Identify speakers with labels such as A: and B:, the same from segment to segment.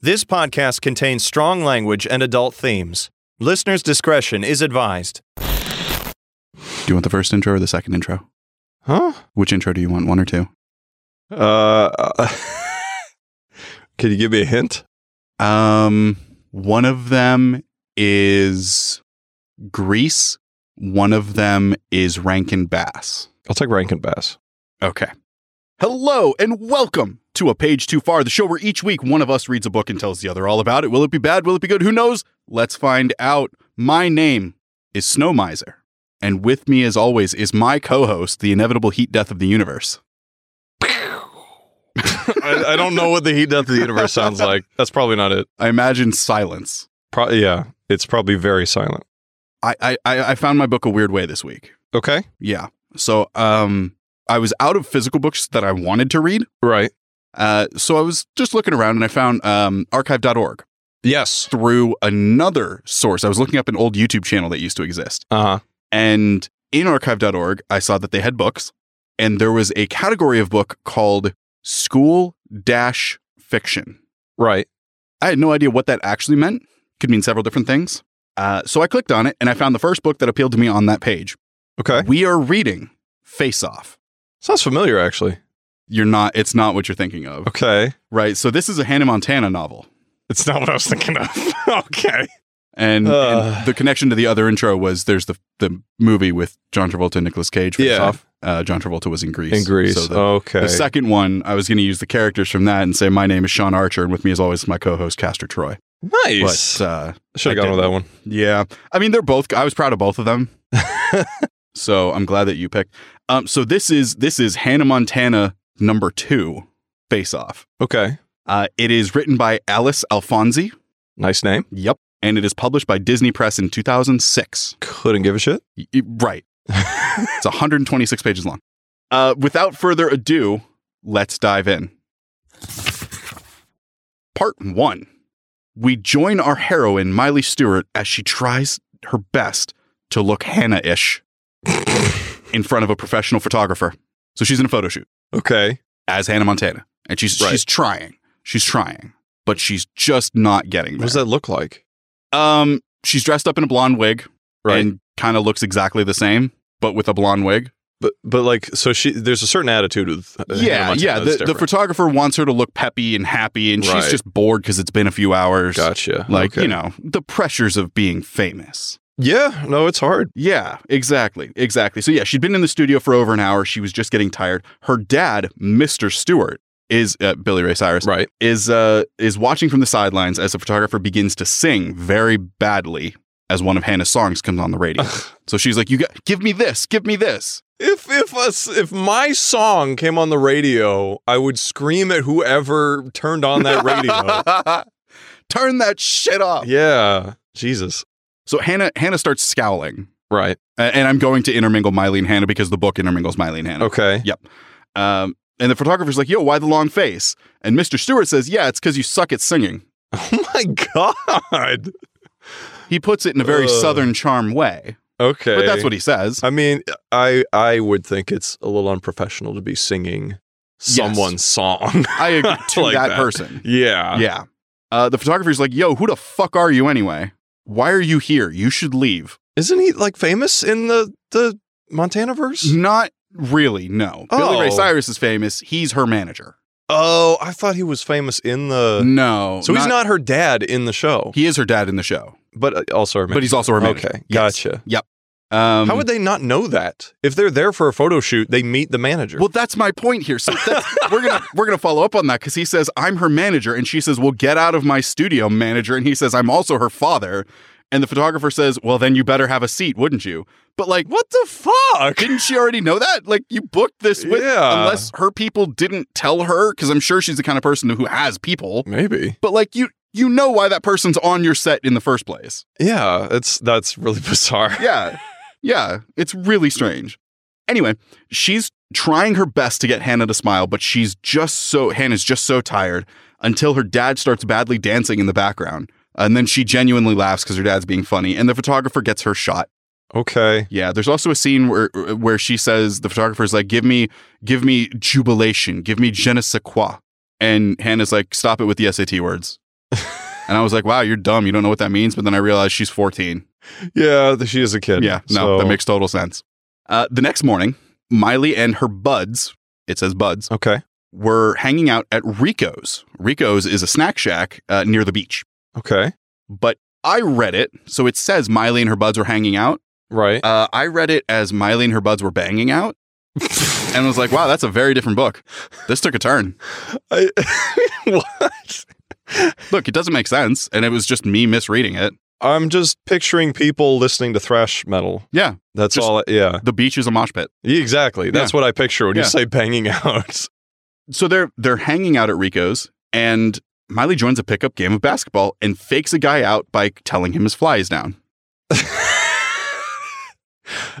A: This podcast contains strong language and adult themes. Listener's discretion is advised.
B: Do you want the first intro or the second intro?
A: Huh?
B: Which intro do you want? One or two?
A: Uh, can you give me a hint?
B: Um, one of them is Grease. One of them is Rankin Bass.
A: I'll take Rankin Bass.
B: Okay. Hello and welcome to A Page Too Far, the show where each week one of us reads a book and tells the other all about it. Will it be bad? Will it be good? Who knows? Let's find out. My name is Snow Miser, and with me, as always, is my co host, the inevitable heat death of the universe.
A: I, I don't know what the heat death of the universe sounds like. That's probably not it.
B: I imagine silence.
A: Pro- yeah, it's probably very silent.
B: I, I, I I found my book a weird way this week.
A: Okay.
B: Yeah. So um I was out of physical books that I wanted to read.
A: Right.
B: Uh so I was just looking around and I found um archive.org
A: Yes.
B: through another source. I was looking up an old YouTube channel that used to exist.
A: Uh huh.
B: And in archive.org I saw that they had books and there was a category of book called school dash fiction.
A: Right.
B: I had no idea what that actually meant. Could mean several different things. Uh, so I clicked on it and I found the first book that appealed to me on that page.
A: Okay.
B: We are reading Face Off.
A: Sounds familiar, actually.
B: You're not, it's not what you're thinking of.
A: Okay.
B: Right. So this is a Hannah Montana novel.
A: It's not what I was thinking of. okay.
B: And,
A: Ugh.
B: and the connection to the other intro was there's the the movie with John Travolta and Nicolas Cage. Face
A: Yeah.
B: Off. Uh, John Travolta was in Greece.
A: In Greece.
B: So the,
A: okay.
B: the second one, I was going to use the characters from that and say, my name is Sean Archer. And with me, as always, is my co host, Castor Troy.
A: nice.
B: But uh,
A: Should have
B: I
A: gone with
B: did.
A: that one.
B: Yeah. I mean, they're both I was proud of both of them. so I'm glad that you picked. Um so this is this is Hannah Montana number 2 Face Off.
A: Okay.
B: Uh it is written by Alice Alfonsi.
A: Nice name.
B: Yep. And it is published by Disney Press in 2006.
A: Couldn't give a shit.
B: Y- y- right. It's 126 pages long. Uh without further ado, let's dive in. Part 1. We join our heroine Miley Stewart as she tries her best to look Hannah-ish. in front of a professional photographer. So she's in a photo shoot
A: okay.
B: as Hannah Montana, and she's
A: Right.
B: she's trying, she's trying, but she's just not getting
A: What does
B: there.
A: that look like?
B: um, she's dressed up in a blonde wig
A: Right.
B: and kind of looks exactly the same, but with a blonde wig.
A: but but like so she there's a certain attitude with uh, Hannah
B: yeah,
A: Montana
B: yeah.
A: that's
B: The, the
A: different.
B: photographer wants her to look peppy and happy, and
A: Right.
B: she's just bored because it's been a few hours.
A: gotcha.
B: Like
A: Okay.
B: you know, the pressures of being famous.
A: Yeah. No, it's hard.
B: Yeah, exactly. Exactly. So, yeah, she'd been in the studio for over an hour. She was just getting tired. Her dad, Mr. Stewart, is uh, Billy Ray Cyrus,
A: Right.
B: is, uh, is watching from the sidelines as the photographer begins to sing very badly as one of Hannah's songs comes on the radio. so she's like, You got, give me this, give me this.
A: If if us if my song came on the radio, I would scream at whoever turned on that radio.
B: Turn that shit off.
A: yeah. Jesus.
B: So, Hannah, Hannah starts scowling.
A: Right.
B: A- And I'm going to intermingle Miley and Hannah because the book intermingles Miley and Hannah.
A: Okay.
B: Um, and the photographer's like, yo, why the long face? And Mr. Stewart says, yeah, it's because you suck at singing.
A: Oh my God.
B: He puts it in a very
A: Ugh.
B: Southern charm way,
A: Okay.
B: but that's what he says.
A: I mean. I I would think it's a little unprofessional to be singing someone's song.
B: I agree to
A: Like
B: that,
A: that.
B: person.
A: yeah.
B: Yeah. Uh, the photographer's like, yo, who the fuck are you anyway? Why are you here? You should leave.
A: Isn't he like famous in the the Montana verse?
B: Not really, no. Billy Ray
A: Oh.
B: Cyrus is famous. He's her manager.
A: Oh, I thought he was famous in the.
B: no.
A: Uh, so he's not her dad in the show,
B: He is her dad in the show,
A: but uh, also her
B: but he's also her
A: manager.
B: manager.
A: Okay,
B: Yes.
A: gotcha.
B: Um,
A: How would they not know that? If they're there for a photo shoot, they meet the manager.
B: Well, that's my point here. So that's, we're gonna we're gonna follow up on that because he says I'm her manager, and she says, "Well, get out of my studio, manager." And he says, "I'm also her father." And the photographer says, "Well, then you better have a seat, wouldn't you?" But like,
A: what the fuck?
B: didn't she already know that? Like, you booked this with
A: Yeah.
B: unless her people didn't tell her, because I'm sure she's the kind of person who has people.
A: Maybe.
B: But like, you you know why that person's on your set in the first place.
A: Yeah, it's that's really bizarre.
B: Yeah. Yeah. It's really strange. Anyway, she's trying her best to get Hannah to smile, but she's just so, Hannah's just so tired until her dad starts badly dancing in the background. And then she genuinely laughs because her dad's being funny, and the photographer gets her shot.
A: Okay.
B: Yeah, there's also a scene where where she says the photographer's like, "Give me, give me jubilation, give me je ne sais quoi," and Hannah's like, "Stop it with the SAT words." And I was like, wow, you're dumb. You don't know what that means. But then I realized she's 14.
A: Yeah, th- she is a kid.
B: Yeah, no,
A: So-
B: that makes total sense. Uh, the next morning, Miley and her buds, it says buds,
A: Okay.
B: were hanging out at Rico's. Rico's is a snack shack uh, near the beach.
A: Okay.
B: But I read it, so it says Miley and her buds were hanging out.
A: Right.
B: Uh, I read it as Miley and her buds were banging out, and was like, wow, that's a very different book. This took a turn.
A: I, what?
B: Look, it doesn't make sense, and it was just me misreading it.
A: I'm just picturing people listening to thrash metal.
B: Yeah.
A: That's
B: Just-
A: all. I, yeah.
B: The beach is a mosh pit.
A: Yeah, Exactly. That's what I picture when
B: Yeah.
A: you say banging out.
B: so they're they're hanging out at Rico's, and Miley joins a pickup game of basketball and fakes a guy out by telling him his fly is down.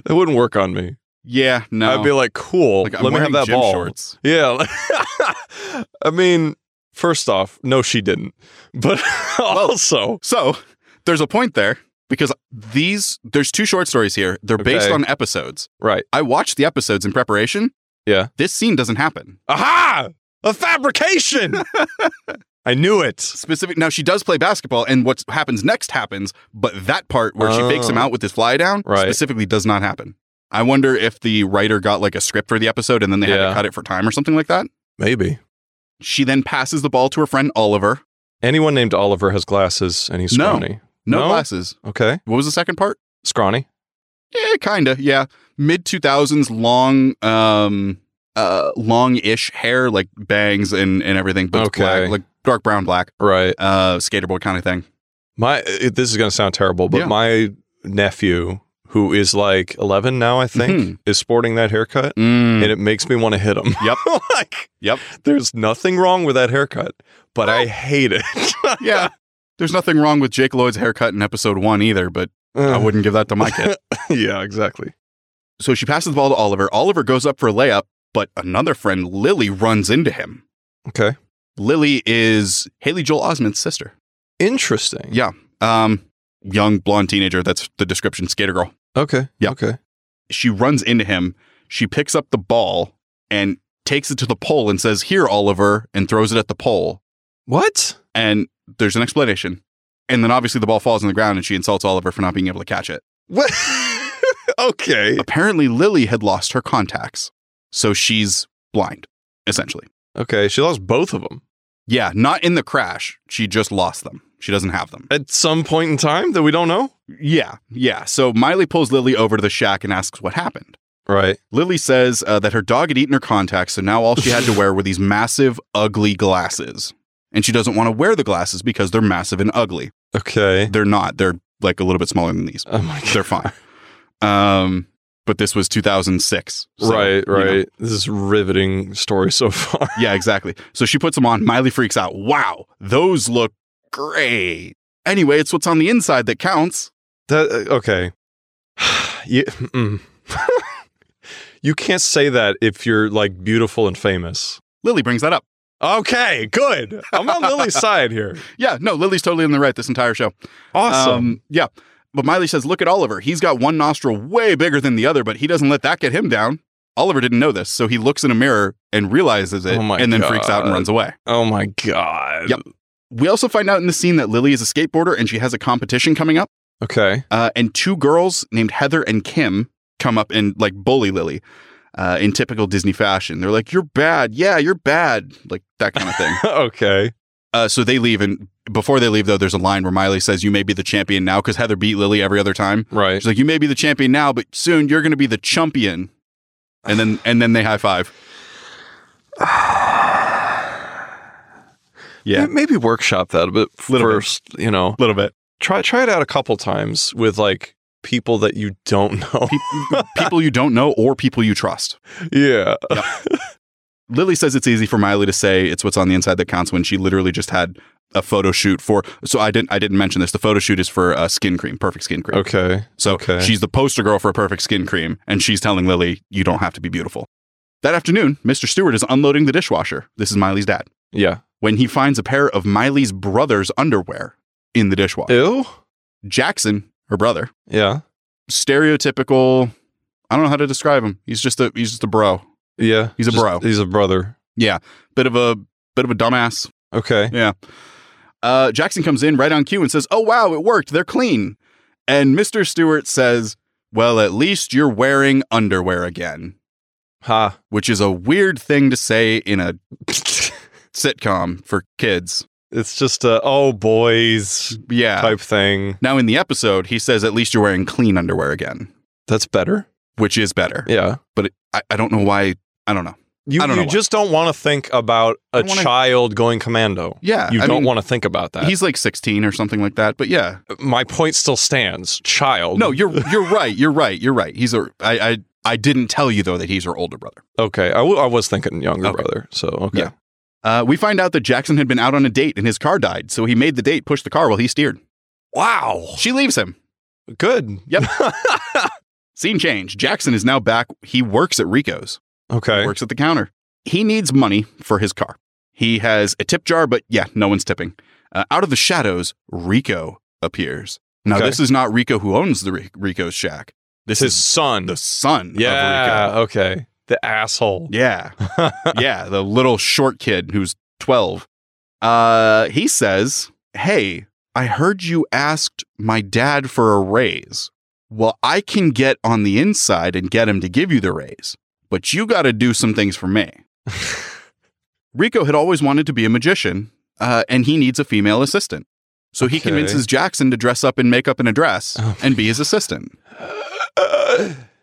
A: It wouldn't work on me.
B: Yeah, no,
A: I'd be like, cool.
B: Like, I'm
A: let me
B: wearing
A: have that
B: gym
A: ball.
B: Shorts.
A: Yeah. I mean, first off, no, she didn't. But also,
B: So there's a point there because these there's two short stories here. They're based
A: Okay.
B: on episodes.
A: right.
B: I watched the episodes in preparation.
A: Yeah.
B: this scene doesn't happen.
A: Aha! A fabrication. I knew it.
B: Specific. Now she does play basketball, and what happens next happens, but that part where she fakes him
A: Oh.
B: out with his fly down
A: Right.
B: specifically does not happen. I wonder if the writer got like a script for the episode and then they had to
A: Yeah.
B: cut it for time or something like that.
A: Maybe.
B: She then passes the ball to her friend Oliver.
A: Anyone named Oliver has glasses and he's
B: No.
A: scrawny.
B: No,
A: No?
B: glasses.
A: Okay.
B: What was the second part?
A: Scrawny.
B: Yeah, kinda. Yeah, mid two thousands, long, um, uh, long-ish hair, like bangs and and everything, but it's
A: Okay.
B: black, like dark brown, black,
A: Right.
B: uh, skater boy kind of thing.
A: My it, this is going to sound terrible, but
B: Yeah.
A: my nephew who is like 11 now I think
B: Mhm.
A: is sporting that haircut
B: Mm.
A: and it makes me want to hit him.
B: Yep.
A: like
B: Yep.
A: There's nothing wrong with that haircut, but I hate it.
B: yeah, there's nothing wrong with Jake Lloyd's haircut in episode one either, but I
A: Uh-huh.
B: wouldn't give that to my kid.
A: yeah, exactly.
B: so she passes the ball to Oliver. Oliver goes up for a layup, but another friend, Lily, runs into him.
A: Okay.
B: Lily is Haley Joel Osment's sister.
A: Interesting.
B: Yeah. Um, young blonde teenager. That's the description. Skater girl.
A: Okay.
B: Yeah.
A: Okay.
B: She runs into him. She picks up the ball and takes it to the pole and says, "Here, Oliver," and throws it at the pole.
A: What?
B: And there's an explanation. And then obviously the ball falls on the ground and she insults Oliver for not being able to catch it.
A: What? okay.
B: Apparently, Lily had lost her contacts, so she's blind essentially.
A: Okay, she lost both of them
B: Yeah, not in the crash. She just lost them. She doesn't have them.
A: at some point in time that we don't know.
B: Yeah, yeah. So Miley pulls Lily over to the shack and asks what happened.
A: Right.
B: Lily says uh, that her dog had eaten her contacts, so now all she had to wear were these massive, ugly glasses. And she doesn't want to wear the glasses because they're massive and ugly.
A: Okay.
B: They're not. They're like a little bit smaller than these.
A: Oh my god.
B: They're fine. Um, but this was 2006. so,
A: right,
B: you know.
A: right. This is riveting story so far.
B: Yeah, exactly. So she puts them on. Miley freaks out. Wow, those look great. Anyway, it's what's on the inside that counts.
A: That uh, okay. you, mm. you can't say that if you're like beautiful and famous.
B: Lily brings that up.
A: Okay, good. I'm on Lily's side here.
B: Yeah, no, Lily's totally in the right this entire show.
A: Awesome.
B: Um, yeah. But Miley says, look at Oliver. He's got one nostril way bigger than the other, but he doesn't let that get him down. Oliver didn't know this, so he looks in a mirror and realizes it
A: Oh my
B: and then freaks out and
A: God.
B: runs away.
A: oh my god.
B: Yep. We also find out in the scene that Lily is a skateboarder and she has a competition coming up.
A: Okay.
B: Uh, and two girls named Heather and Kim come up and like bully Lily uh, in typical Disney fashion. They're like, you're bad. Yeah, you're bad. Like that kind of thing.
A: okay.
B: Uh, so they leave, and before they leave, though, there's a line where Miley says, "You may be the champion now," because Heather beat Lily every other time.
A: Right.
B: She's like, "You may be the champion now, but soon you're going to be the chumpion." And then, and then they high five. Yeah,
A: May- Maybe workshop that a bit
B: Little bit.
A: first, you know.
B: a little bit.
A: Try try it out a couple times with like people that you don't know.
B: Pe- people you don't know or people you trust.
A: yeah.
B: Lily says it's easy for Miley to say it's what's on the inside that counts when she literally just had a photo shoot for. So I didn't, I didn't mention this. The photo shoot is for uh, skin cream, perfect skin cream.
A: Okay.
B: So
A: Oh, Okay.
B: she's the poster girl for a perfect skin cream, and she's telling Lily, you don't have to be beautiful. That afternoon, Mr. Stewart is unloading the dishwasher. This is Miley's dad.
A: Yeah.
B: When he finds a pair of Miley's brother's underwear in the dishwasher,
A: Ew.
B: Jackson, her brother,
A: Yeah.
B: stereotypical. I don't know how to describe him. He's just a he's just a bro,
A: Yeah.
B: He's a
A: Just-
B: bro.
A: He's a brother.
B: bit of a bit of a dumbass.
A: Okay.
B: Uh, Jackson comes in right on cue and says, Oh, wow, it worked. They're clean. And Mr. Stewart says, Well, at least you're wearing underwear again,
A: Ha.
B: which is a weird thing to say in a sitcom for kids.
A: It's just a oh boys
B: Yeah.
A: type thing.
B: Now, in the episode, he says, At least you're wearing clean underwear again,
A: That's better.
B: which is better.
A: Yeah.
B: But it, I, I don't know why. I don't know.
A: You,
B: I don't know
A: you
B: why.
A: just don't want to think about a
B: I wanna-
A: child going commando.
B: Yeah.
A: You
B: I
A: don't
B: mean,
A: want to think about that.
B: He's like 16 or something like that. But yeah.
A: My point still stands. Child.
B: No, you're you're right. You're right. You're right. He's a I I I didn't tell you though that he's her older brother.
A: Okay. I, w- I was thinking younger
B: Okay.
A: brother. So, okay.
B: Yeah. Uh, we find out that Jackson had been out on a date and his car died, so he made the date push the car while he steered.
A: Wow.
B: She leaves him.
A: Good.
B: Yep. Scene change. Jackson is now back. He works at Rico's.
A: okay.
B: Works at the counter. He needs money for his car. He has a tip jar, but yeah, no one's tipping. Uh, out of the shadows, Rico appears. Now
A: Okay.
B: this is not Rico who owns the Ri- Rico's shack. This
A: His
B: is
A: son.
B: the son.
A: yeah.
B: Of Rico.
A: Okay. The asshole.
B: Yeah. yeah, the little short kid who's 12. Uh, he says, Hey, I heard you asked my dad for a raise. Well, I can get on the inside and get him to give you the raise, but you got to do some things for me. Rico had always wanted to be a magician, uh, and he needs a female assistant. So he
A: Okay.
B: convinces Jackson to dress up in makeup and a dress
A: Oh.
B: and be his assistant.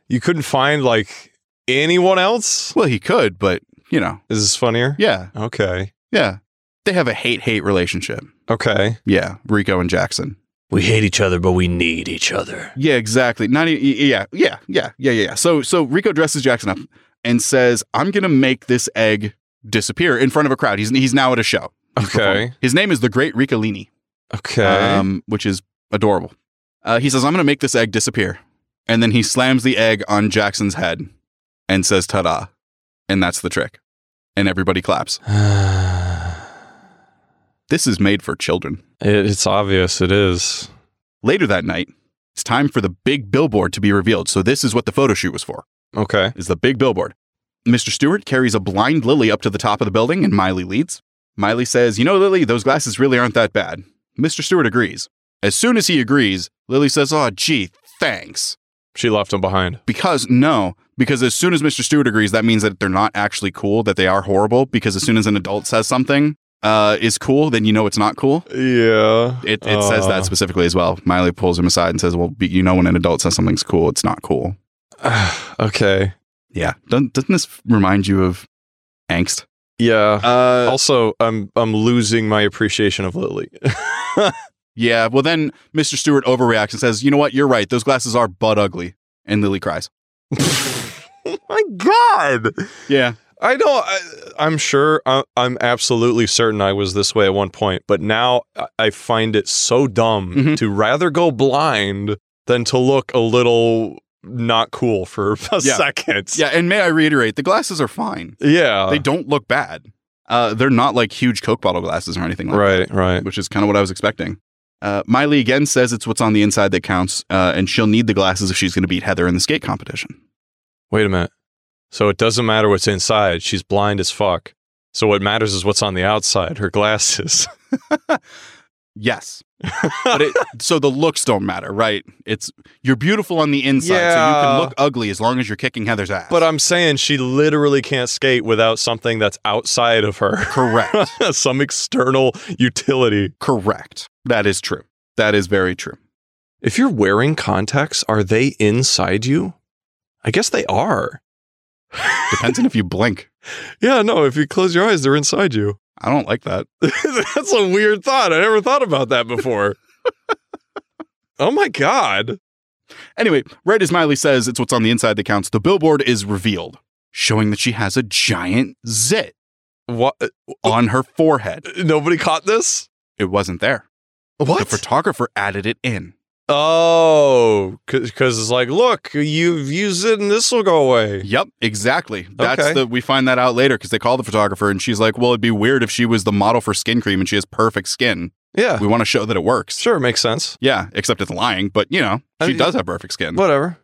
A: you couldn't find like anyone else?
B: Well, he could, but, you know,
A: Is this funnier?
B: yeah,
A: Okay.
B: yeah. They have a hate hate relationship.
A: Okay.
B: Yeah, Rico and Jackson.
C: We hate each other, but we need each other.
B: Yeah, exactly. Not e- e- yeah, yeah, yeah, yeah, yeah. yeah. So so Rico dresses Jackson up and says, "I'm gonna make this egg disappear in front of a crowd." He's he's now at a show. He's performing.
A: Okay.
B: His name is the Great Ricolini,
A: Okay.
B: um, which is adorable. Uh, he says, "I'm gonna make this egg disappear," and then he slams the egg on Jackson's head and says, "Ta-da!" And that's the trick. And everybody claps. This is made for children.
A: It- it's obvious it is.
B: Later that night, it's time for the big billboard to be revealed. So this is what the photo shoot was for.
A: Okay.
B: is the big billboard. Mr. Stewart carries a blind Lily up to the top of the building, and Miley leads. Miley says, You know, Lily, those glasses really aren't that bad. Mr. Stewart agrees. As soon as he agrees, Lily says, Oh, gee, thanks.
A: She left him behind.
B: Because, no, because as soon as Mr. Stewart agrees, that means that they're not actually cool, that they are horrible. Because as soon as an adult says something uh, is cool, then you know it's not cool.
A: Yeah.
B: It, it says
A: Oh.
B: that specifically as well. Miley pulls him aside and says, Well, be- you know, when an adult says something's cool, it's not cool.
A: okay.
B: Yeah. Doesn't, doesn't this remind you of angst?
A: Yeah.
B: Uh,
A: also, I'm I'm losing my appreciation of Lily.
B: Yeah, well then Mr. Stewart overreacts and says, "You know what? You're right. Those glasses are butt ugly." And Lily cries.
A: my God.
B: Yeah.
A: I know. I, I'm sure. I, I'm absolutely certain I was this way at one point, but now I- I find it so dumb
B: Mhm.
A: to rather go blind than to look a little not cool for a
B: Yeah.
A: second.
B: Yeah, and may I reiterate, the glasses are fine.
A: Yeah.
B: They don't look bad. Uh, they're not like huge Coke bottle glasses or anything like
A: right. Right.
B: that, which is kind of what I was expecting. Uh, Miley again says it's what's on the inside that counts, uh, and she'll need the glasses if she's going to beat Heather in the skate competition.
A: Wait a minute. So it doesn't matter what's inside. She's blind as fuck. So what matters is what's on the outside. Her glasses.
B: Yes, but it, so the looks don't matter, right? It's you're beautiful on the inside, so you
A: Yeah.
B: can look ugly as long as you're kicking Heather's ass.
A: But I'm saying she literally can't skate without something that's outside of her.
B: correct.
A: Some external utility.
B: Correct. That is true. That is very true.
A: If you're wearing contacts, are they inside you? I guess they are.
B: Depends on if you blink.
A: Yeah, no, if you close your eyes, they're inside you.
B: I don't like that.
A: That's a weird thought. I never thought about that before. oh my God.
B: Anyway, right as Miley says it's what's on the inside that counts, the billboard is revealed, showing that she has a giant zit uh,
A: What?
B: on her forehead.
A: Nobody caught this?
B: It wasn't there. The
A: What?
B: photographer added it in.
A: Oh, because it's like, look, you've used it and this will go away.
B: Yep, exactly. That's
A: Okay.
B: the we find that out later because they call the photographer and she's like, "Well, it'd be weird if she was the model for skin cream and she has perfect skin.
A: Yeah,
B: We want to show that it works."
A: Uh. sure, Uh, makes sense.
B: Yeah, except it's lying, but you know,
A: I
B: she
A: mean-
B: does have perfect skin.
A: Whatever.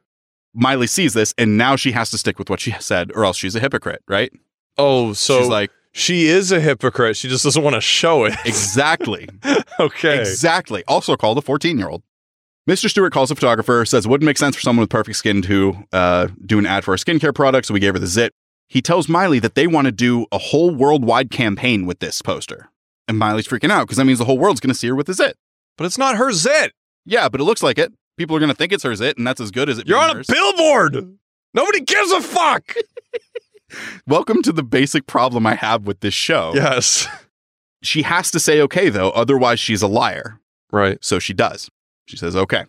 B: Miley sees this and now she has to stick with what she said or else she's a hypocrite, right?
A: Oh, so
B: she's like,
A: She is a hypocrite. She just doesn't want to show it.
B: Exactly.
A: okay.
B: Exactly. Also called a 14 year old. Mr. Stewart calls a photographer, says it wouldn't make sense for someone with perfect skin to uh, do an ad for a skincare product, so we gave her the zit. He tells Miley that they want to do a whole worldwide campaign with this poster. And Miley's freaking out because that means the whole world's going to see her with the zit.
A: but it's not her zit.
B: Yeah, but it looks like it. People are going to think it's her zit, and that's as good as it
A: You're
B: being
A: on a
B: hers.
A: billboard. Nobody gives a fuck.
B: Welcome to the basic problem I have with this show.
A: Yes.
B: She has to say okay, though, otherwise, she's a liar.
A: Right.
B: So she does. She says, okay.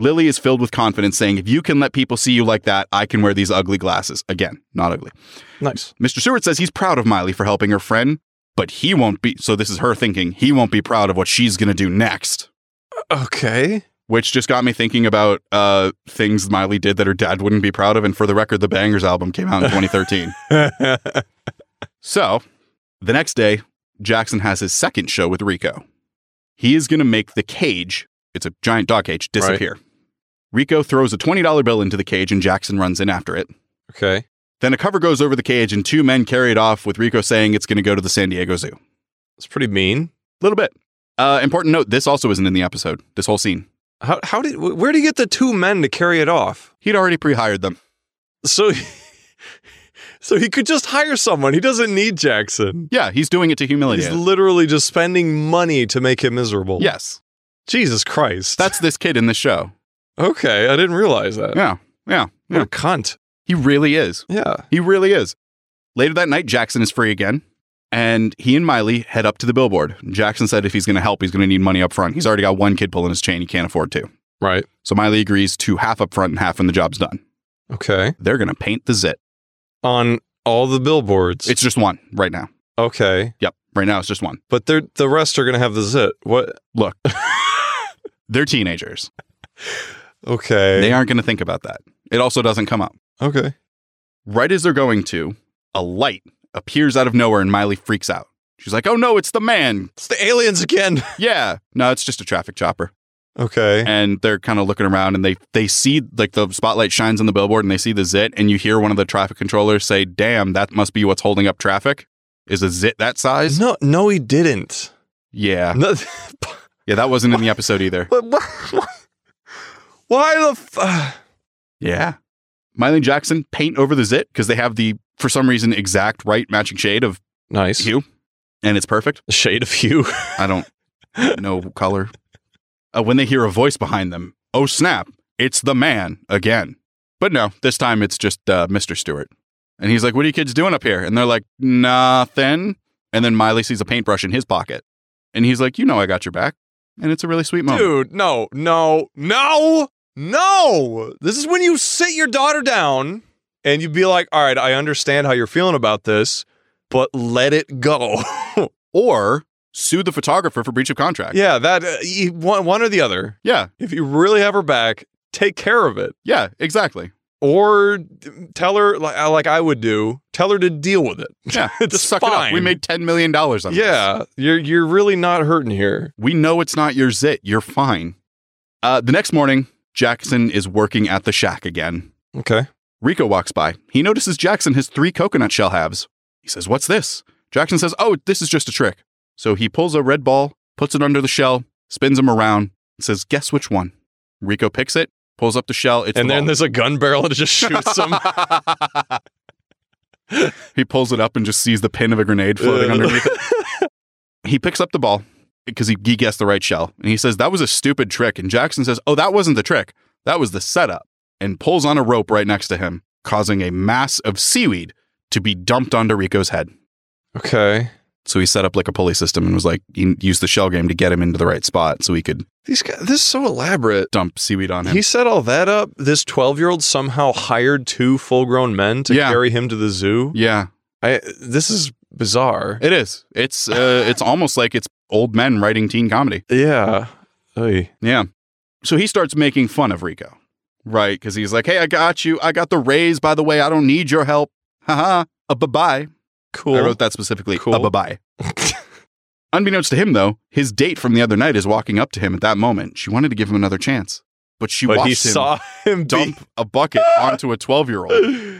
B: Lily is filled with confidence, saying, if you can let people see you like that, I can wear these ugly glasses. Again, not ugly.
A: Nice.
B: Mr. Stewart says he's proud of Miley for helping her friend, but he won't be. So this is her thinking. He won't be proud of what she's going to do next,
A: Okay.
B: which just got me thinking about uh, things Miley did that her dad wouldn't be proud of. And for the record, the Bangers album came out in 2013. So the next day, Jackson has his second show with Rico. He is going to make the cage, it's a giant dog cage, disappear. Rico throws a $20 bill into the cage and Jackson runs in after it.
A: okay.
B: Then a cover goes over the cage and two men carry it off, with Rico saying it's going to go to the San Diego Zoo. A
A: That's pretty mean.
B: little bit. Uh, important note this also isn't in the episode, this whole scene.
A: How, how did, wh- where did he get the two men to carry it off?
B: He'd already pre hired them.
A: So, so he could just hire someone. He doesn't need Jackson.
B: Yeah, he's doing it to humiliate.
A: He's
B: us.
A: literally just spending money to make him miserable.
B: yes,
A: Jesus Christ.
B: that's this kid in this show.
A: okay. I didn't realize that.
B: Yeah, yeah,
A: What
B: yeah.
A: a cunt.
B: He really is.
A: Yeah.
B: He really is. Later that night, Jackson is free again, and he and Miley head up to the billboard. Jackson said if he's going to help, he's going to need money up front. He's already got one kid pulling his chain; he can't afford two.
A: Right.
B: So Miley agrees to half up front and half when the job's done.
A: Okay.
B: They're going to paint the zit.
A: On all the billboards.
B: It's just one right now.
A: okay.
B: Yep, right now it's just one.
A: But they're, the rest are going to have the zit. What?
B: Look, they're teenagers.
A: Okay.
B: They aren't going to think about that. It also doesn't come up.
A: okay.
B: Right as they're going to, a light appears out of nowhere, and Miley freaks out. She's like, "Oh no, it's the man!"
A: It's the aliens again.
B: Yeah, no, it's just a traffic chopper.
A: Okay.
B: and they're kind of looking around and they they see like the spotlight shines on the billboard and they see the zit and you hear one of the traffic controllers say damn that must be what's holding up traffic is a zit that size
A: No, no, he didn't.
B: yeah
A: No,
B: yeah that wasn't in the episode either
A: but why, why the f-
B: yeah miley and jackson paint over the zit because they have the for some reason exact right matching shade of
A: nice
B: hue and it's perfect
A: shade of hue?
B: i don't know color uh, when they hear a voice behind them oh snap it's the man again but no this time it's just uh, mr stewart and he's like what are you kids doing up here and they're like nothing and then miley sees a paintbrush in his pocket and he's like you know i got your back and it's a really sweet moment
A: Dude, no, no, no, no. This is when you sit your daughter down and you be like, all right, I understand how you're feeling about this, but let it go.
B: or sue the photographer for breach of contract
A: yeah, that uh, you- one, one or the other.
B: yeah
A: If you really have her back, take care of it.
B: yeah exactly
A: Or tell her, like, like I would do, tell her to deal with it.
B: yeah
A: It's
B: just suck it up
A: fine.
B: we made 10 million dollars on this.
A: Yeah, you're you're really not hurting here.
B: We know it's not your zit. You're fine. Uh, the next morning, Jackson is working at the shack again.
A: Okay.
B: Rico walks by. He notices Jackson has three coconut shell halves. He says, What's this? Jackson says, Oh, this is just a trick. So he pulls a red ball, puts it under the shell, spins him around, and says, Guess which one? Rico picks it, pulls up the shell. It's
A: and
B: the
A: then
B: ball.
A: there's a gun barrel that just shoots him.
B: he pulls it up and just sees the pin of a grenade floating
A: Uh,
B: underneath it. He picks up the ball because he, he guessed the right shell. And he says, That was a stupid trick. And Jackson says, Oh, that wasn't the trick. That was the setup. And pulls on a rope right next to him, causing a mass of seaweed to be dumped onto Rico's head.
A: Okay.
B: So he set up like a pulley system and was like, he used the shell game to get him into the right spot so he could
A: These guys, this is so elaborate.
B: dump seaweed on him.
A: He set all that up. This 12 year old somehow hired two full grown men to
B: Yeah.
A: carry him to the zoo.
B: yeah,
A: I, this is bizarre.
B: it is. It's uh, it's almost like it's old men writing teen comedy.
A: yeah. Oy.
B: Yeah. So he starts making fun of Rico, right? Because he's like, hey, I got you. I got the raise, by the way. I don't need your help. Haha. A bye bye.
A: Cool.
B: I wrote that specifically.
A: Cool.
B: A bye bye. Unbeknownst to him, though, his date from the other night is walking up to him at that moment. She wanted to give him another chance, but she
A: but
B: watched
A: he
B: him
A: saw him be-
B: dump a bucket onto a 12 year old.
A: Oh.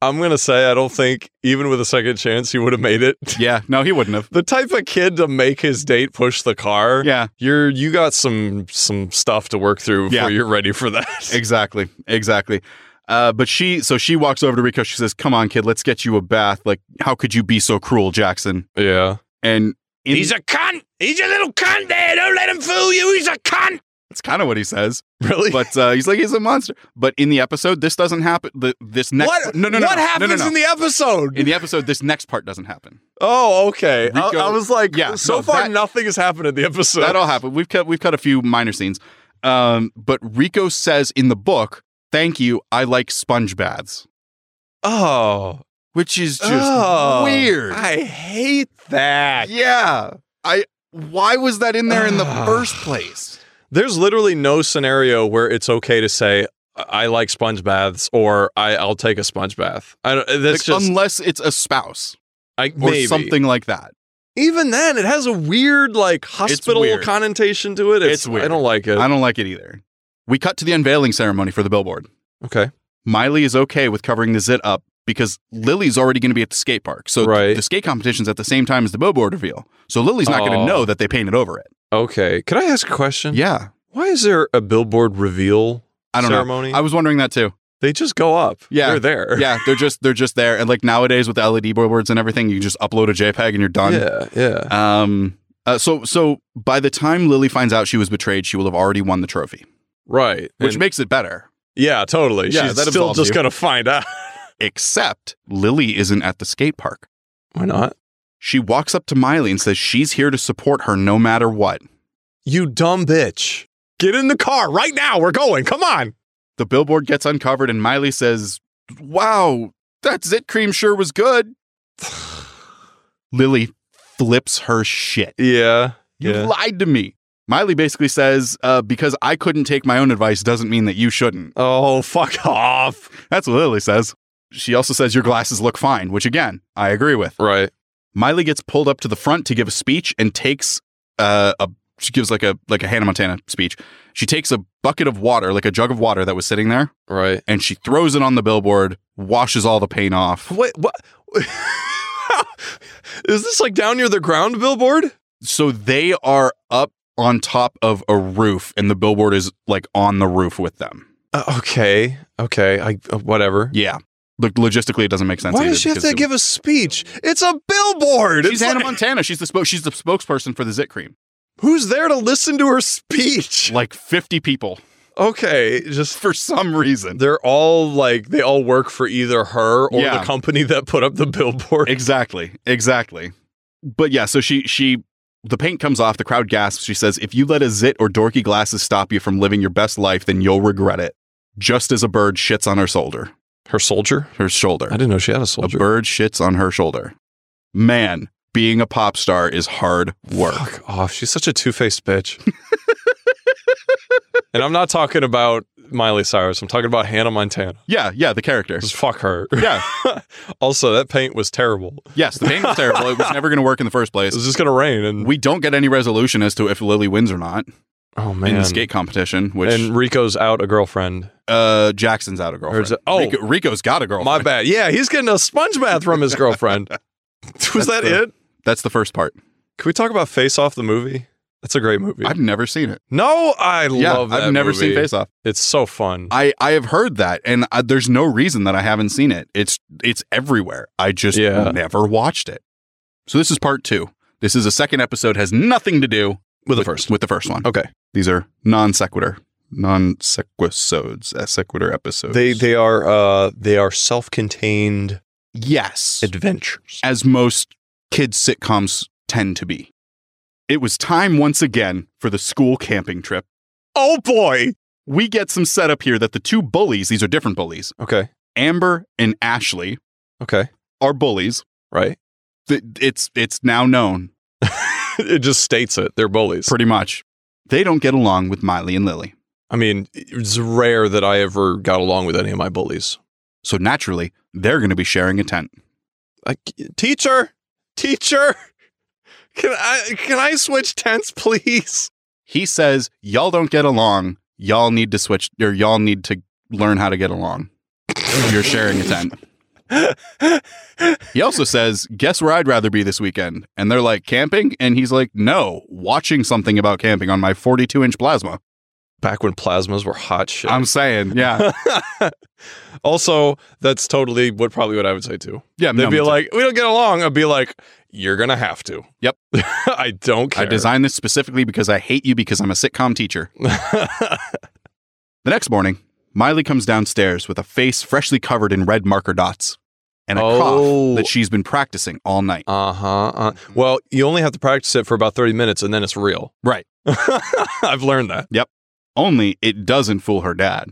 A: I'm gonna say I don't think even with a second chance he would have made it.
B: Yeah, no, he wouldn't have.
A: The type of kid to make his date push the car.
B: Yeah,
A: You're you got some some stuff to work through before
B: Yeah.
A: you're ready for that.
B: exactly, exactly. Uh, but she, so she walks over to Rico. She says, "Come on, kid, let's get you a bath. Like, how could you be so cruel, Jackson?"
A: yeah.
B: And in-
C: He's a cunt. He's a little cunt there. Don't let him fool you. He's a cunt.
B: that's kind of what he says.
A: Really?
B: But uh, he's like, he's a monster. But in the episode, this doesn't happen. The, this next,
A: what
B: no, no, no,
A: what
B: no,
A: happens
B: no, no, no.
A: in the episode?
B: in the episode, this next part doesn't happen.
A: oh, okay. I,
B: Rico-
A: I was like,
B: Yeah,
A: so
B: no,
A: far
B: that-
A: nothing has happened in the episode.
B: that all happened. We've cut we've cut a few minor scenes. Um, but Rico says in the book, "Thank you, I like sponge baths,"
A: oh.
B: which is just
A: Oh.
B: weird.
A: I hate that.
B: yeah, I. Why was that in there in the
A: Ugh.
B: first place?
A: There's literally no scenario where it's okay to say I I like sponge baths or I, I'll take a sponge bath. I don't, that's
B: Like,
A: just
B: unless it's a spouse
A: I,
B: or
A: maybe.
B: something like that.
A: Even then, it has a weird like hospital
B: weird.
A: connotation to it.
B: It's weird.
A: I don't like it.
B: I don't like it either. We cut to the unveiling ceremony for the billboard.
A: okay,
B: Miley is okay with covering the zit up because Lily's already going to be at the skate park. So th-
A: Right.
B: the skate competition's at the same time as the billboard reveal. So Lily's not going
A: Oh.
B: to know that they painted over it.
A: okay. Can I ask a question?
B: Yeah.
A: Why is there a billboard reveal
B: I don't know.
A: ceremony?
B: I was wondering that too.
A: they just go up.
B: Yeah.
A: they're there.
B: Yeah, they're just they're just there. And like nowadays with the LED boards and everything, you just upload a JPEG and you're done.
A: yeah, yeah.
B: Um uh, so so by the time Lily finds out she was betrayed, she will have already won the trophy,
A: Right.
B: which
A: And-
B: makes it better.
A: yeah, totally.
B: Yeah,
A: She's
B: that
A: still
B: absolves
A: just
B: you.
A: gonna find out.
B: Except Lily isn't at the skate park.
A: Why not?
B: She walks up to Miley and says she's here to support her no matter what.
A: You dumb bitch. Get in the car right now. We're going. Come on.
B: The billboard gets uncovered and Miley says, "Wow, that zit cream sure was good." Lily flips her shit.
A: Yeah.
B: You
A: yeah.
B: lied to me. Miley basically says, uh, because I couldn't take my own advice doesn't mean that you shouldn't.
A: oh, fuck off.
B: That's what Lily says. She also says, your glasses look fine, which again, I agree with.
A: Right.
B: Miley gets pulled up to the front to give a speech and takes uh, a, she gives like a, like a Hannah Montana speech. She takes a bucket of water, like a jug of water that was sitting there,
A: Right.
B: and she throws it on the billboard, washes all the paint off.
A: Wait, what? Is this like down near the ground billboard?
B: So they are up on top of a roof and the billboard is like on the roof with them.
A: Uh, okay. Okay. I uh, whatever.
B: Yeah. Look, logistically, it doesn't make sense.
A: Why
B: either
A: does she have
B: because
A: to
B: it-
A: give a speech? It's a billboard.
B: She's
A: It's
B: Hannah
A: like-
B: Montana. She's the spoke. She's the spokesperson for the Zit Cream.
A: who's there to listen to her speech?
B: Like fifty people
A: Okay, just
B: for some reason.
A: they're all like they all work for either her or
B: Yeah.
A: the company that put up the billboard.
B: Exactly. Exactly. But yeah, so she she the paint comes off. The crowd gasps. She says, "If you let a zit or dorky glasses stop you from living your best life, then you'll regret it." Just as a bird shits on her shoulder,
A: her soldier?
B: her shoulder.
A: didn't know she had a
B: A bird shits on her shoulder. Man, being a pop star is hard work.
A: Fuck off. She's such a two faced bitch. and I'm not talking about Miley Cyrus. I'm talking about Hannah Montana.
B: Yeah, yeah, the character.
A: Just fuck her.
B: Yeah,
A: also, that paint was terrible.
B: yes, the paint was terrible. It was never going to work in the first place.
A: It was just going to rain. And
B: We don't get any resolution as to if Lily wins or not
A: oh, man.
B: in the skate competition, which
A: and Rico's out a girlfriend.
B: uh, Jackson's out a
A: is
B: girlfriend.
A: it- oh.
B: Rico, Rico's got a girlfriend.
A: My bad. Yeah, he's getting a sponge bath from his girlfriend. was that
B: the-
A: it?
B: That's the first part.
A: Can we talk about Face Off the movie? That's a great movie.
B: I've never seen it.
A: no, I
B: yeah,
A: love that
B: I've never seen
A: movie.
B: Face Off.
A: It's so fun.
B: I, I have heard that, and I, there's no reason that I haven't seen it. It's it's everywhere. I just
A: Yeah.
B: never watched it. So this is part two. This is a second episode. Has nothing to do
A: With the first.
B: with the first one.
A: Okay.
B: These are non sequitur, non sequisodes, uh, sequitur episodes.
A: They they are uh they are self contained
B: yes,
A: adventures.
B: as most kids' sitcoms tend to be. It was time once again for the school camping trip.
A: Oh boy.
B: We get some setup here that the two bullies, these are different bullies,
A: Okay.
B: Amber and Ashley,
A: Okay.
B: are bullies.
A: Right.
B: Th- It's, it's now known,
A: it just states it. They're bullies.
B: pretty much. They don't get along with Miley and Lily.
A: I mean, it's rare that I ever got along with any of my bullies.
B: So naturally, they're going to be sharing a tent.
A: I, teacher, teacher, can I can I switch tents, please?
B: He says, Y'all don't get along. Y'all need to switch, or y'all need to learn how to get along. You're sharing a tent. He also says, Guess where I'd rather be this weekend? And they're like, Camping? And he's like, No, watching something about camping on my 42 inch plasma.
A: Back when plasmas were hot shit.
B: I'm saying, yeah.
A: also, that's totally what probably what I would say too.
B: Yeah.
A: They'd
B: no,
A: be
B: me too.
A: like, we don't get along. I'd be like, you're gonna have to.
B: Yep.
A: I don't care.
B: I designed this specifically because I hate you because I'm a sitcom teacher. The next morning, Miley comes downstairs with a face freshly covered in red marker dots and a
A: Oh.
B: cough that she's been practicing all night.
A: uh-huh. uh,
B: Mm-hmm.
A: Well, you only have to practice it for about 30 minutes and then it's real.
B: Right.
A: I've learned that.
B: Only it doesn't fool her dad.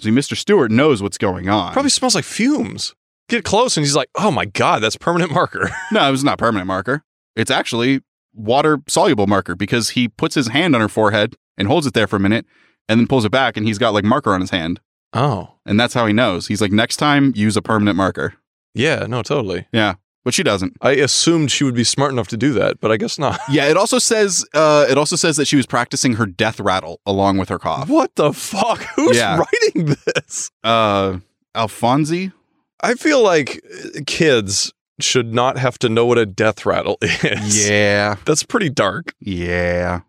B: See, Mr. Stewart knows what's going on.
A: Probably smells like fumes. Get close and he's like, oh my God, that's permanent marker.
B: No, it was not permanent marker. It's actually water soluble marker because he puts his hand on her forehead and holds it there for a minute and then pulls it back and he's got like marker on his hand.
A: Oh.
B: And that's how he knows. He's like, next time, use a permanent marker.
A: Yeah, no, totally.
B: But she doesn't.
A: I assumed she would be smart enough to do that, but I guess not.
B: Yeah, it also says uh, it also says that she was practicing her death rattle along with her cough.
A: What the fuck? Who's
B: Uh. Yeah.
A: writing this?
B: Uh, Alfonsi,
A: I feel like uh, kids should not have to know what a death rattle is.
B: yeah,
A: That's pretty dark.
B: yeah,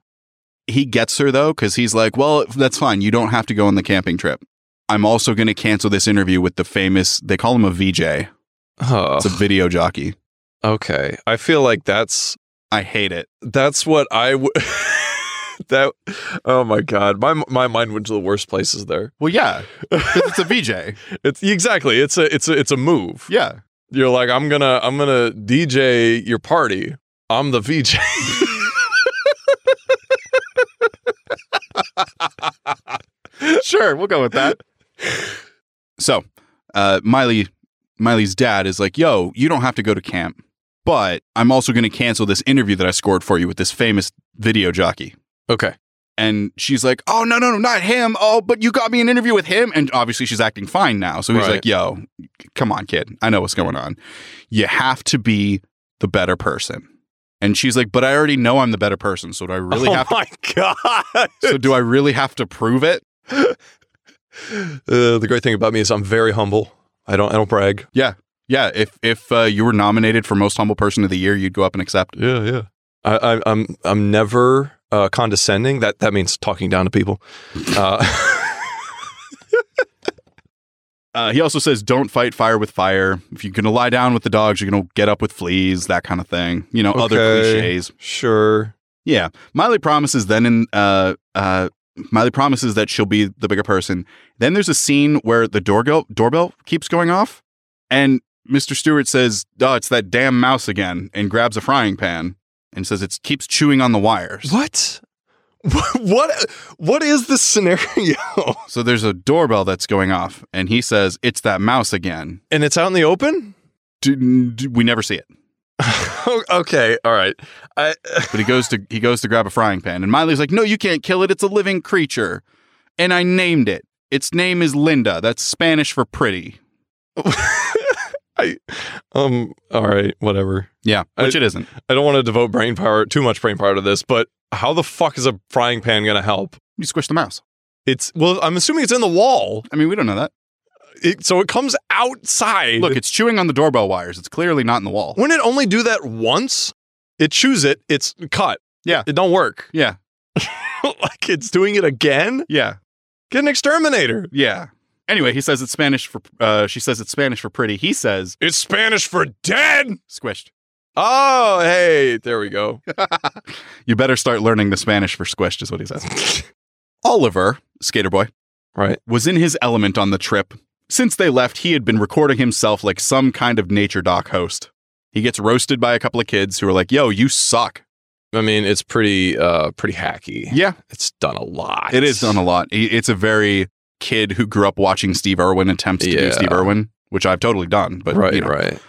B: he gets her though because he's like, well, that's fine. You don't have to go on the camping trip. I'm also going to cancel this interview with the famous. They call him a VJ.
A: Oh,
B: It's a video jockey.
A: okay. I feel like that's
B: I hate it.
A: that's what I would. that oh my god, my my mind went to the worst places there.
B: Well, yeah, 'cause it's a VJ.
A: It's exactly. It's a it's a it's a move.
B: Yeah,
A: You're like I'm gonna I'm gonna DJ your party. I'm the VJ.
B: sure, we'll go with that. So, uh, Miley, Miley's dad is like, "Yo, you don't have to go to camp, but I'm also going to cancel this interview that I scored for you with this famous video jockey."
A: Okay.
B: And she's like, "Oh no, no, no, not him! Oh, but you got me an interview with him." And obviously, she's acting fine now. So he's
A: Right.
B: like, "Yo, come on, kid. I know what's going on. You have to be the better person." And she's like, "But I already know I'm the better person. So do I really
A: oh
B: have to?
A: my god.
B: So do I really have to prove it?"
A: Uh, the great thing about me is I'm very humble. I don't I don't brag.
B: Yeah, if if uh, you were nominated for most humble person of the year, you'd go up and accept.
A: Yeah, yeah. I, I, I'm I'm never uh, condescending. That that means talking down to people. Uh,
B: Uh, he also says, "Don't fight fire with fire. If you're gonna lie down with the dogs, you're gonna get up with fleas. That kind of thing. You know, other
A: Okay.
B: cliches."
A: sure.
B: Yeah, Miley promises. Then in uh uh. Miley promises that she'll be the bigger person. Then there's a scene where the doorbell doorbell keeps going off, and Mr. Stewart says, "Oh, it's that damn mouse again," and grabs a frying pan and says it keeps chewing on the wires.
A: What? What? What is this scenario?
B: So there's a doorbell that's going off, and he says, "It's that mouse again."
A: And it's out in the open.
B: do, do- we never see it.
A: okay. All right. I,
B: But he goes to he goes to grab a frying pan, and Miley's like, "No, you can't kill it. It's a living creature, and I named it. Its name is Linda. That's Spanish for pretty.
A: I. Um. All right. Whatever.
B: Yeah, which it isn't.
A: I don't want to devote brain power too much brain power to this, but how the fuck is a frying pan gonna help?
B: You squish the mouse.
A: It's well. I'm assuming it's in the wall,
B: I mean, we don't know that.
A: it, so it comes outside.
B: Look, it's chewing on the doorbell wires. It's clearly not in the wall.
A: Wouldn't it only do that once? It chews it, it's cut.
B: Yeah.
A: It don't work.
B: Yeah,
A: like it's doing it again?
B: yeah,
A: Get an exterminator.
B: yeah. Anyway, he says it's Spanish for. Uh, she says it's Spanish for pretty. He says
A: It's Spanish for dead.
B: squished.
A: Oh, hey, there we go.
B: you better start learning the Spanish for squished, is what he says. Oliver, skater boy,
A: right.
B: was in his element on the trip. Since they left, he had been recording himself like some kind of nature doc host. He gets roasted by a couple of kids who are like, "Yo, you suck."
A: I mean, it's pretty uh pretty hacky.
B: Yeah,
A: It's done a lot.
B: it is done a lot. He- It's a very kid who grew up watching Steve Irwin attempts to
A: Yeah.
B: do Steve Irwin, which I've totally done. But
A: right,
B: you know.
A: right.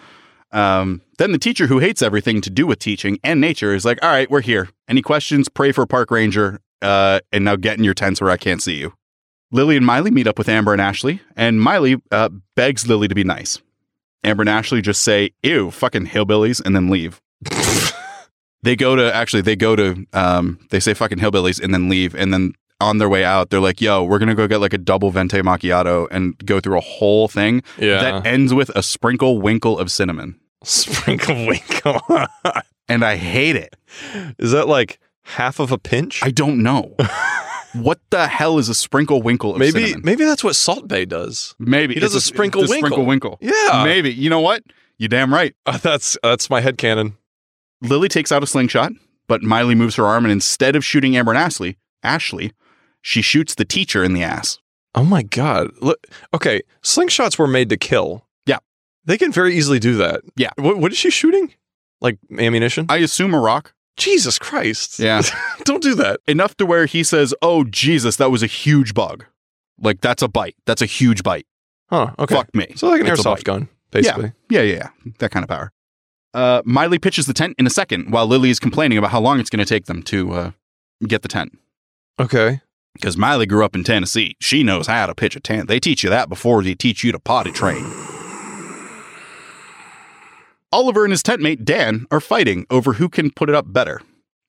B: Um, then the teacher who hates everything to do with teaching and nature is like, "All right, we're here. Any questions? Pray for park ranger. Uh, and now get in your tents where I can't see you." Lily and Miley meet up with Amber and Ashley, and Miley uh, begs Lily to be nice. Amber and Ashley just say, "Ew, fucking hillbillies," and then leave. they go to actually they go to um, they say fucking hillbillies and then leave, and then on their way out, they're like, yo, we're going to go get like a double vente macchiato and go through a whole thing
A: Yeah.
B: that ends with a sprinkle winkle of cinnamon.
A: Sprinkle winkle.
B: And I hate it.
A: Is that like half of a pinch?
B: I don't know. what the hell is a sprinkle winkle of
A: maybe
B: cinnamon?
A: maybe that's what Salt Bay does.
B: Maybe.
A: he does
B: It's
A: a sprinkle
B: it's sprinkle winkle.
A: Yeah.
B: Maybe. You know what? You damn right.
A: Uh, that's that's my head cannon.
B: Lily takes out a slingshot, but Miley moves her arm and instead of shooting Amber and Ashley, Ashley, she shoots the teacher in the ass.
A: Oh my god. Look, okay, slingshots were made to kill.
B: Yeah.
A: They can very easily do that.
B: Yeah.
A: What what is she shooting? Like ammunition?
B: I assume a rock.
A: Jesus Christ.
B: Yeah.
A: Don't do that.
B: Enough to where he says, "Oh Jesus, that was a huge bug." Like that's a bite. That's a huge bite.
A: Huh. Okay.
B: Fuck me.
A: So like an
B: It's a
A: airsoft
B: bite.
A: gun, basically.
B: Yeah, yeah, yeah. That kind of power. Uh, Miley pitches the tent in a second while Lily is complaining about how long it's going to take them to uh, get the tent.
A: Okay.
B: Because Miley grew up in Tennessee. She knows how to pitch a tent. They teach you that before they teach you to potty train. Oliver and his tent mate, Dan, are fighting over who can put it up better.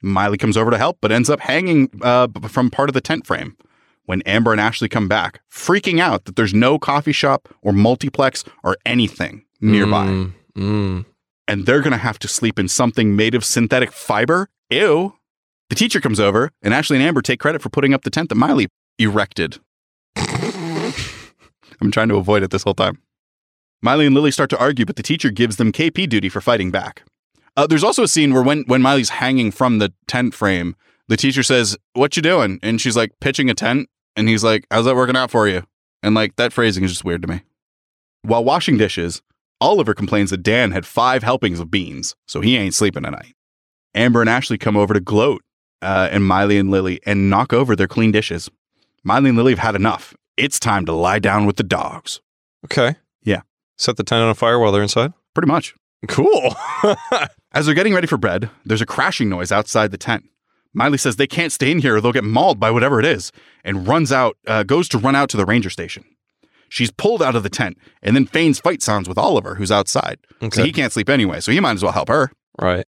B: Miley comes over to help, but ends up hanging uh, b- from part of the tent frame. When Amber and Ashley come back, freaking out that there's no coffee shop or multiplex or anything nearby.
A: Mm, mm.
B: And they're going to have to sleep in something made of synthetic fiber? Ew. The teacher comes over, and Ashley and Amber take credit for putting up the tent that Miley erected.
A: mm.
B: I'm trying to avoid it this whole time. Miley and Lily start to argue, but the teacher gives them KP duty for fighting back. Uh, there's also a scene where when, when Miley's hanging from the tent frame, the teacher says, What you doing? And she's like, pitching a tent. And he's like, How's that working out for you? And like, that phrasing is just weird to me. While washing dishes, Oliver complains that Dan had five helpings of beans, so he ain't sleeping tonight. Amber and Ashley come over to gloat, uh, and Miley and Lily, and knock over their clean dishes. Miley and Lily have had enough. It's time to lie down with the dogs.
A: Okay.
B: Yeah.
A: Set the tent on fire while they're inside.
B: Pretty much.
A: Cool.
B: As they're getting ready for bed, there's a crashing noise outside the tent. Miley says they can't stay in here or they'll get mauled by whatever it is, and runs out, uh, goes to run out to the ranger station. She's pulled out of the tent and then feigns fight sounds with Oliver, who's outside. So
A: okay.
B: he can't sleep anyway, so he might as well help her.
A: right.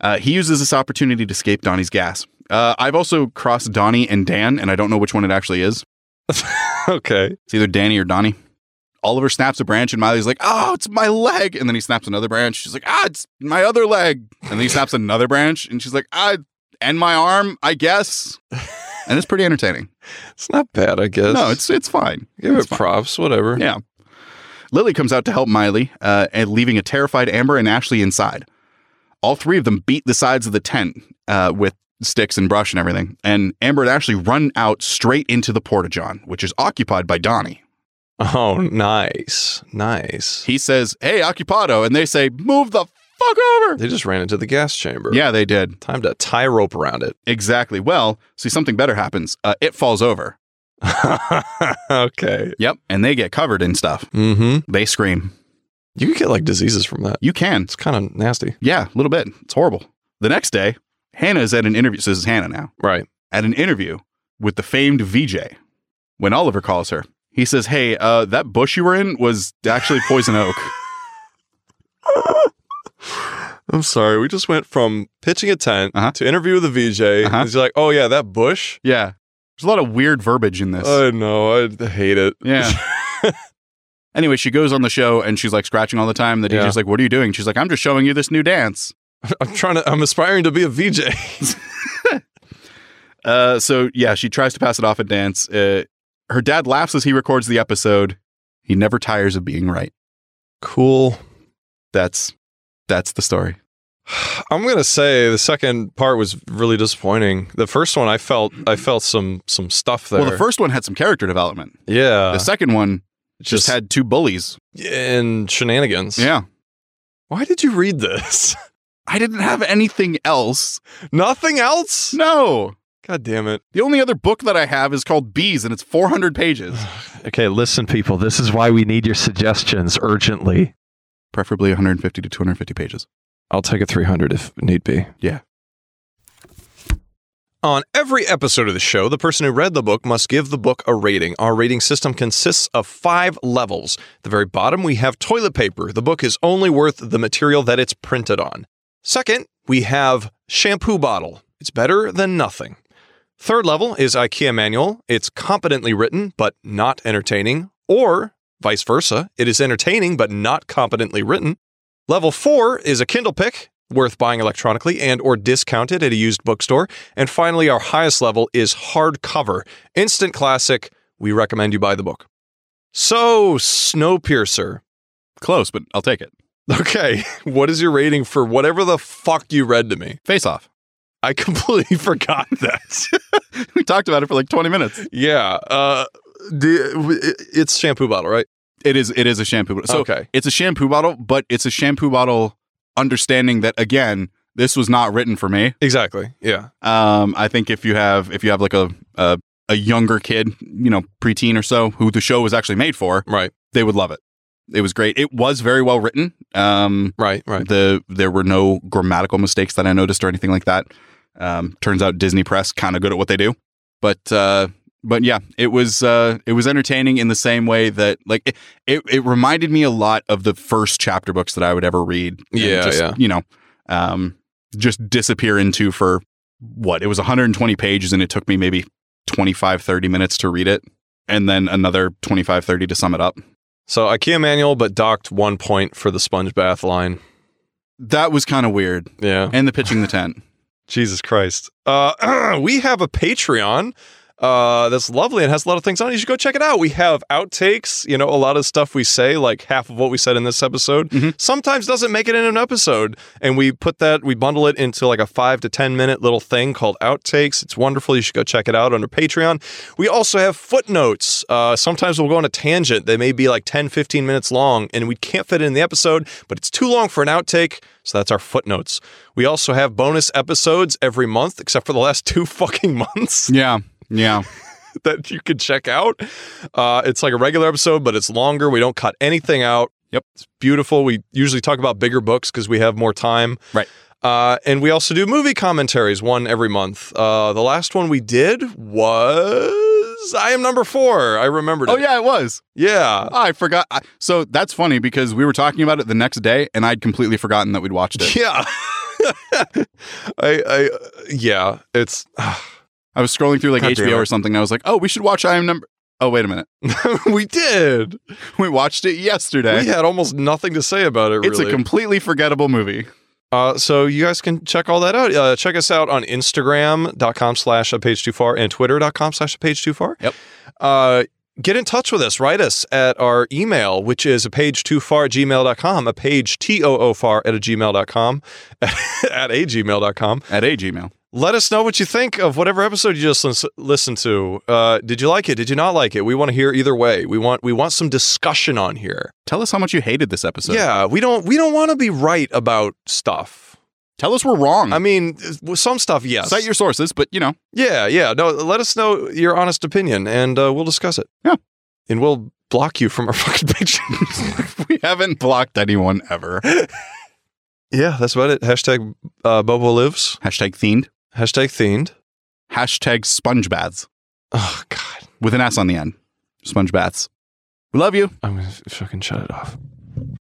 B: Uh, he uses this opportunity to escape Donnie's gas. Uh, I've also crossed Donnie and Dan, and I don't know which one it actually is.
A: okay.
B: It's either Danny or Donnie. Oliver snaps a branch, and Miley's like, "Oh, it's my leg!" And then he snaps another branch. She's like, "Ah, it's my other leg!" And then he snaps another branch, and she's like, "Ah, and my arm, I guess." And it's pretty entertaining.
A: It's not bad, I guess.
B: No, it's it's fine.
A: give
B: it's
A: it props, whatever.
B: Yeah. Lily comes out to help Miley, uh, and leaving a terrified Amber and Ashley inside. All three of them beat the sides of the tent uh, with sticks and brush and everything. And Amber and Ashley run out straight into the porta john, which is occupied by Donnie.
A: Oh, nice. Nice.
B: He says, "Hey, occupado," and they say, "Move the fuck over."
A: They just ran into the gas chamber.
B: Yeah, they did
A: Time to tie rope around it.
B: exactly. Well, see, something better happens. Uh, it falls over.
A: okay.
B: Yep, and they get covered in stuff.
A: Mm-hmm.
B: They scream.
A: You could get like diseases from that.
B: You can.
A: It's kind of nasty.
B: Yeah, a little bit. It's horrible. The next day, Hannah is at an interview. So this is Hannah now.
A: Right.
B: at an interview with the famed VJ. When Oliver calls her, he says, Hey, uh, that bush you were in was actually poison oak.
A: I'm sorry. We just went from pitching a tent
B: Uh-huh.
A: to interview with a VJ.
B: Uh-huh.
A: And he's like, oh, yeah, that bush.
B: yeah. There's a lot of weird verbiage in this.
A: Oh, no. I hate it.
B: yeah. anyway, she goes on the show and she's like scratching all the time. The DJ's
A: Yeah.
B: like, What are you doing? She's like, I'm just showing you this new dance.
A: I'm trying to, I'm aspiring to be a VJ.
B: Uh, so yeah, she tries to pass it off at dance. Uh, her dad laughs as he records the episode. He never tires of being right.
A: cool.
B: That's that's the story.
A: I'm gonna say the second part was really disappointing. The first one, I felt, I felt some some stuff there.
B: Well, the first one had some character development.
A: yeah,
B: the second one just
A: Uh, just-
B: had two bullies.
A: and shenanigans.
B: Yeah.
A: Why did you read this?
B: I didn't have anything else.
A: Nothing else?
B: No.
A: God damn it.
B: The only other book that I have is called Bees and it's 400 pages,
D: Okay, listen, people. This is why we need your suggestions urgently.
B: preferably 150 to 250 pages.
A: I'll take a 300 if need be.
B: Yeah.
A: On every episode of the show, the person who read the book must give the book a rating. Our rating system consists of five levels. At the very bottom, we have toilet paper. The book is only worth the material that it's printed on. Second, we have shampoo bottle. It's better than nothing. Third level is IKEA manual. It's competently written, but not entertaining, or vice versa. It is entertaining, but not competently written. Level four is a Kindle pick, worth buying electronically and or discounted at a used bookstore. And finally, our highest level is hardcover, instant classic. We recommend you buy the book. So, Snowpiercer.
B: Close, but I'll take it.
A: Okay, what is your rating for whatever the fuck you read to me?
B: Face off.
A: I completely forgot that.
B: we talked about it for like 20 minutes.
A: Yeah. Uh, the, it- it's shampoo bottle, right?
B: It is it is a shampoo bottle. So
A: okay.
B: it's a shampoo bottle, but it's a shampoo bottle understanding that again, this was not written for me.
A: Exactly. Yeah.
B: Um, I think if you have if you have like a, a a younger kid, you know, preteen or so, who the show was actually made for,
A: Right.
B: they would love it. It was great. It was very well written. Um,
A: Right. Right.
B: the there were no grammatical mistakes that I noticed or anything like that. Um, turns out Disney Press kind of good at what they do, but uh, but yeah, it was uh, it was entertaining in the same way that like it, it it reminded me a lot of the first chapter books that I would ever read. and
A: Yeah,
B: just,
A: yeah.
B: you know, um, just disappear into for what it was 120 pages and it took me maybe 25 30 minutes to read it and then another 25 30 to sum it up
A: So IKEA manual, but docked one point for the sponge bath line.
B: that was kind of weird
A: Yeah.
B: and the pitching the tent
A: Jesus Christ. Uh, we have a Patreon uh, that's lovely and has a lot of things on it. You should go check it out. We have outtakes, you know, a lot of stuff we say, like half of what we said in this episode,
B: Mhm.
A: sometimes doesn't make it in an episode. And we put that, we bundle it into like a five to 10 minute little thing called outtakes. It's wonderful. You should go check it out under Patreon. We also have footnotes. Uh, sometimes we'll go on a tangent. They may be like 10, 15 minutes long, and we can't fit it in the episode, but it's too long for an outtake. So that's our footnotes. We also have bonus episodes every month, except for the last two fucking months
B: yeah yeah
A: that you can check out. Uh, it's like a regular episode, but it's longer. We don't cut anything out.
B: Yep.
A: It's beautiful. We usually talk about bigger books because we have more time.
B: Right.
A: Uh, and we also do movie commentaries, one every month. Uh, the last one we did was I Am Number Four. I remembered
B: oh
A: it.
B: yeah it was
A: Yeah.
B: I forgot. I, so that's funny because we were talking about it the next day, and I'd completely forgotten that we'd watched it.
A: Yeah. I, I, yeah, it's,
B: I was scrolling through like
A: God damn
B: HBO
A: it.
B: or something, and I was like, "Oh, we should watch I Am Number." Oh, wait a minute,
A: we did.
B: we watched it yesterday.
A: We had almost nothing to say about it,
B: It's
A: really.
B: a completely forgettable movie.
A: Uh, so you guys can check all that out. Uh, check us out on Instagram.com slash a page too far and Twitter.com slash a page too far.
B: Yep.
A: Uh, get in touch with us. Write us at our email, which is a page too far gmail.com, a page T O O far at a gmail.com, at a gmail.com.
B: At a Gmail,
A: Let us know what you think of whatever episode you just lis- listened to. Uh, did you like it? Did you not like it? We want to hear either way. We want we want some discussion on here.
B: tell us how much you hated this episode.
A: yeah, we don't we don't want to be right about stuff.
B: tell us we're wrong.
A: I mean, with some stuff, yes.
B: Cite your sources, but you know,
A: yeah, yeah. No, let us know your honest opinion, and uh, we'll discuss it.
B: Yeah.
A: and we'll block you from our fucking page.
B: we haven't blocked anyone ever.
A: yeah, that's about it. Hashtag uh, Bobo lives.
B: Hashtag themed.
A: Hashtag themed.
B: Hashtag sponge baths
A: Oh God,
B: with an S on the end. Sponge baths. We love you.
A: I'm gonna f- fucking shut it off.